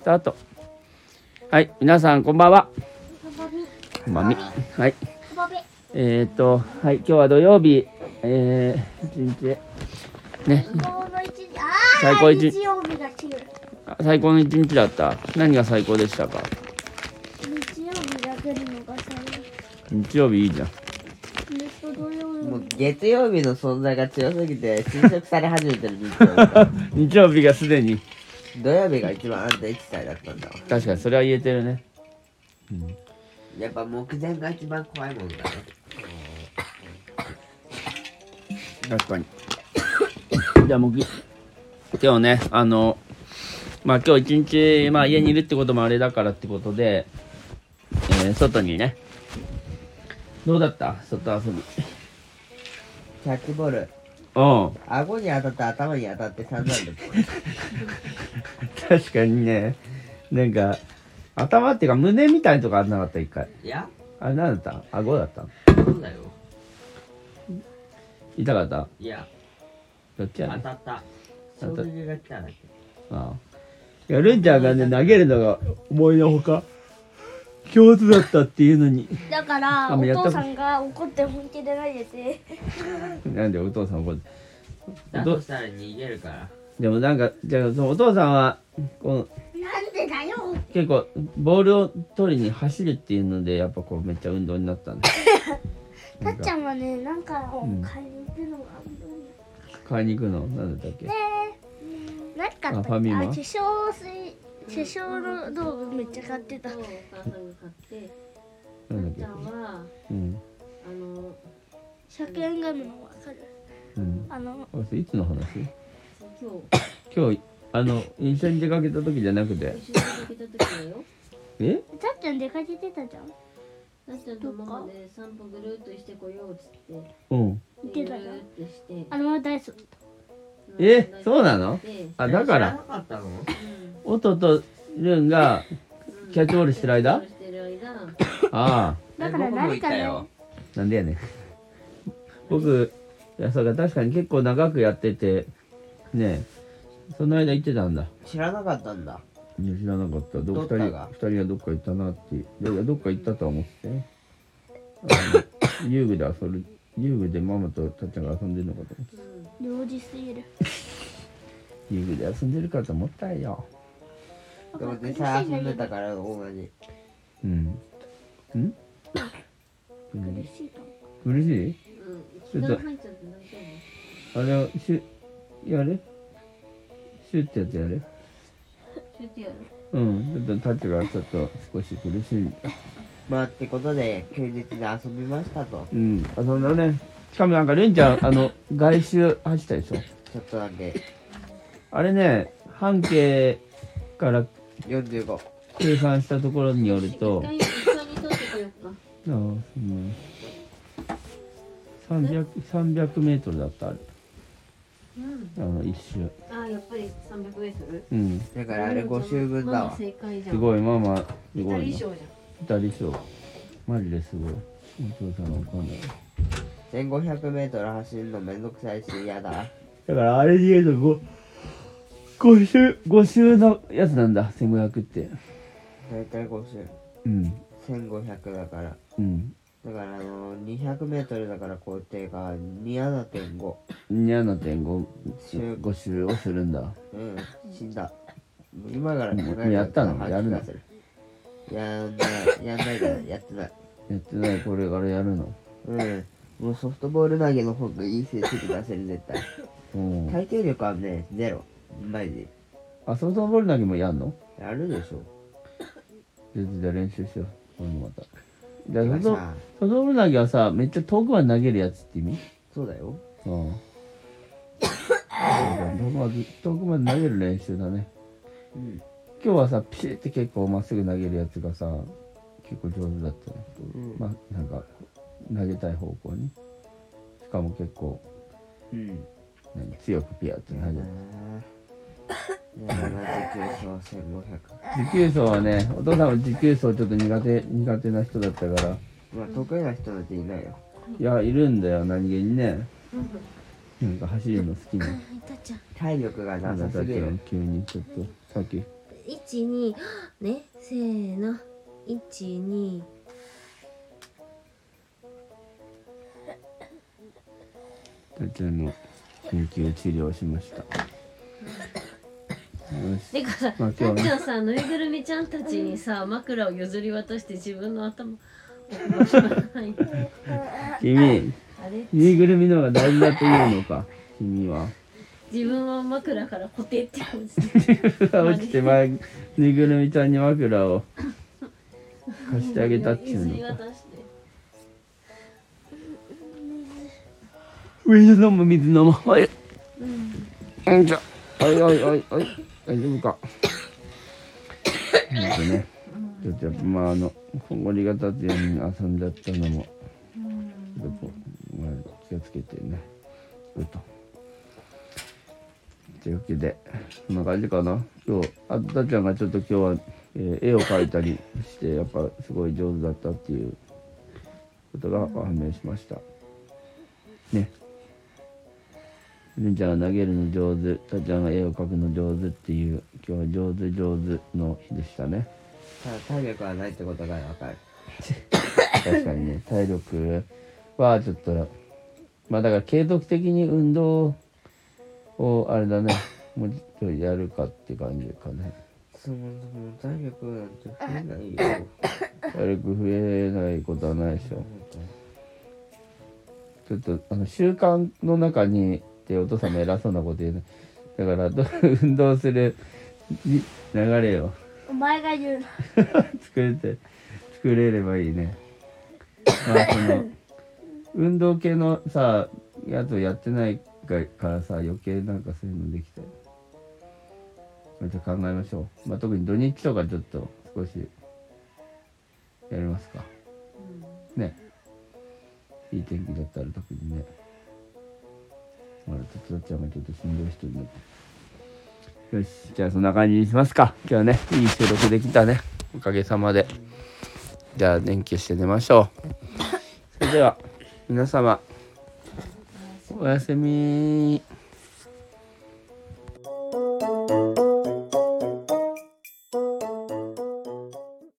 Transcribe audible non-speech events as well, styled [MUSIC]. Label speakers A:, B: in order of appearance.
A: スタートはい皆さんこんばんは
B: くぼみ、
A: こんばんみはい
B: くぼべ、
A: えー、っとはい今日は土曜日えー、一日ね
B: 移動の一日、ああ、
A: 最高一
B: 日曜日が強い。
A: あ最高の一日だった何が最高でしたか
B: 日曜日が来るのが最後。
A: 日曜日いいじゃん
B: ネット土曜日
C: も
B: も
C: う月曜日の存在が強すぎて侵食され始めてる日 [LAUGHS] 曜日だ
A: [LAUGHS] 日曜日がすでに
C: 土曜日が一番安定地帯だったんだわ
A: 確かにそれは言えてるね
C: やっぱ目前が一番怖いもんだね
A: 確かにじゃあもうぎ今日ねあのまあ今日一日、まあ、家にいるってこともあれだからってことで、えー外にねどうだった外遊び
C: キャッチボール
A: うん
C: 顎に当たって頭に当たって散々だった
A: [LAUGHS] 確かにねなんか頭っていうか胸みたいなとこあんなかった一回
C: いや
A: あれ何だった顎だった
C: そうだよ
A: 痛かった
C: いや
A: どっち
C: 当
A: やね
C: たった
A: 当たっ
C: 衝撃が来たんだけ
A: ああいやルンちゃんがね投げるのが思いのほか上手だったっていうのに
B: だから
A: あ
B: お
A: もうやった
B: 父さんが怒って本気で投げて、
A: なんでお父さん怒って
C: だ
A: ど
C: としたら逃げるから
A: でもなんかじゃあそのお父さんはこう
B: なんでだよ。
A: 結構ボールを取りに走るっていうのでやっぱこうめっちゃ運動になっ
B: [LAUGHS]
A: たんで
B: たっちゃんはね、なんかを
A: ん
B: 買いに行くのがあんま
A: 買いに行くのなんだったっけ
B: り。何買った
A: あ
B: っ
A: ファミ
B: け？あ、
A: マ
B: 化粧水、化粧の道具めっちゃ買ってた。
D: そう、母さんが買って、
A: なんだっ
D: ち
A: け
D: ゃんは、
A: うん
D: あの、
B: 車検ガムのわかる？
A: うん
B: あの、
A: あそれいつの話
D: 今日、
A: 今日あの一緒に出かけた時じゃなくて
D: 一緒に出かけた時だよ。
A: え
B: たっちゃん出かけてたじゃん。
D: なっちゃんとママで散歩ぐるーっとしてこようっつって、
A: うん
B: 行ってた
D: ぐ
B: じ
D: る
B: ゃん
D: ーっとして。
B: あのままダイソー。
A: えそうなの
D: で、
A: あだか
C: 知な
A: ら
C: かったの
D: うん
A: 音とルンが
D: うん
A: キャッチボールしてる間
D: キャッチボールしてる間
A: ああ
B: だから
C: え僕も
B: 何
C: 行っ
B: か
C: た
B: ね。
C: よ
A: なんでやねん僕いやそうか確かに結構長くやっててねえその間行ってたんだ
C: 知らなかったんだ
A: いや知らなかったど
C: ど
A: 二
C: っ
A: 人
C: かが
A: 二人はどっか行ったなっていういやいやどっか行ったとは思ってねあの遊具で遊ぶ遊具でママとたっちゃんが遊んでるのかと思って
D: うん
B: 幼児すぎる。
A: 遊具で遊んでるかと思ったよ
C: でも実際遊んでたから同じ
A: うんうん
B: 苦しいかも。
A: 嬉しい
D: うん、気が入っちゃって
A: あ
D: 大丈
A: れをシュやるシュってやつやる
D: 夫シューティやる
A: うんちょっとタッチがちょっと少し苦しい
C: まあってことで休日で遊びましたと
A: うん、あのね、しかもなんか、レンちゃん、あの、外周走ったでしょ。
C: ちょっとだけ
A: あれね、半径から
C: 45
A: 計算したところによる
D: 一
A: と、
D: 回、一回に撮ってこようか。
A: あーうん、300, 300メートルだった、あれ。
D: うん。
A: あの、一周。
D: あー、やっぱり300メートル
A: うん。
C: だからあれ5周分だ
D: ママ
C: わ
D: 正解じゃん。
A: すごい、ママ、す
D: 二
A: ご
D: 人
A: い
D: 以
A: な。
D: 上じゃん。
A: 二人賞。マジですごい。お父さんわかんない。
C: 1500m 走るのめんどくさいし嫌だ
A: だから、あれで言うと5、5周、5周のやつなんだ、1500って。
C: 大体5周
A: うん。
C: 1500だから
A: うん。
C: だからあの 200m だから工程が27.5
A: 7.5
C: 周
A: 5周をするんだ
C: うん死んだ今から考え
A: もうやったのやるの
C: やんないやんないからやってない
A: やってないこれからやるの
C: うんもうソフトボール投げの方がいい成績出せる絶対
A: うん
C: 耐久力はねゼロマジで
A: あソフトボール投げもやんの
C: やるでしょ
A: じゃあ練習しよう今度またじゃあ
C: て
A: ソ
C: か
A: フト
C: さ
A: ソフトボール投げはさめっちゃ遠くまで投げるやつって意味
C: そうだよ
A: うん遠くまで遠くまで投げる練習だね
C: うん
A: 今日はさピシッて結構まっすぐ投げるやつがさ結構上手だったね
C: うん
A: まあなんか投げたい方向にしかも結構
C: うん
A: 何強くピアって投げる
C: ねえ79勝1500
A: 持久走はねお父さんは持久走ちょっと苦手苦手な人だったから
C: まあ得意な人なんていないよ
A: いやいるんだよ何気にねなんか走るの好きな。
B: いたちゃん
C: 体力が
A: な
C: なん
A: だ
C: さ
A: だ
C: すぎ
A: けど
C: る。
A: 急にちょっとさっき
B: 一二ねせーの一二
A: たっちゃんの緊急治療をしました。よし。
D: てかさ、
A: まあ
D: タ
A: 今
D: ッ
A: 日
D: ちゃ
A: は
D: んさ、ぬいぐるみちゃんたちにさ、枕を譲り渡して自分
A: [LAUGHS]
D: の頭を置き場所がないって。
A: 君、
D: あれ
A: ぬいぐるみの方が大事だというの [LAUGHS] か、君は。
D: 自分は枕から固定って感じ
A: 落ちて前、 [LAUGHS] ぬいぐるみちゃんに枕を貸してあげたってい
D: 譲り
A: うのか。
D: 渡して。
A: 水飲む、水飲む。はい。よいしょ。はいはいはいはい。大丈夫か。ほんとね。ちょっとやっぱまああの、ほこりが立つように遊んじゃったのも。ちょっと、まあ、気をつけてね。ちょっと。というわけで、こんな感じかな。今日、あったちゃんがちょっと今日は、えー絵を描いたりして、やっぱすごい上手だったっていうことが判明しました。ね。りんちゃんが投げるの上手、たっちゃんが絵を描くの上手っていう、今日は上手上手の日でしたね。
C: た体力がないってことがわかる。
A: 確かにね体力はちょっとまあだから継続的に運動をあれだねもうちょっとやるかって感じかね
C: そもそも体力なんて増えないよ。
A: 体力増えないことはないでしょちょっとあの習慣の中にってお父さんも偉そうなこと言うねだからど運動するに流れを
B: お前が言うな
A: 作れて作れればいいねまあその運動系のさやつをやってないからさ余計なんかそういうのできてまた考えましょう、まあ、特に土日とかちょっと少しやりますかねいい天気だったら特にねまだ手伝っちゃんがちょっとしんどい人になってよしじゃあそんな感じにしますか今日はねいい収録できたねおかげさまでじゃあ電気して寝ましょうそれでは皆様おやすみ。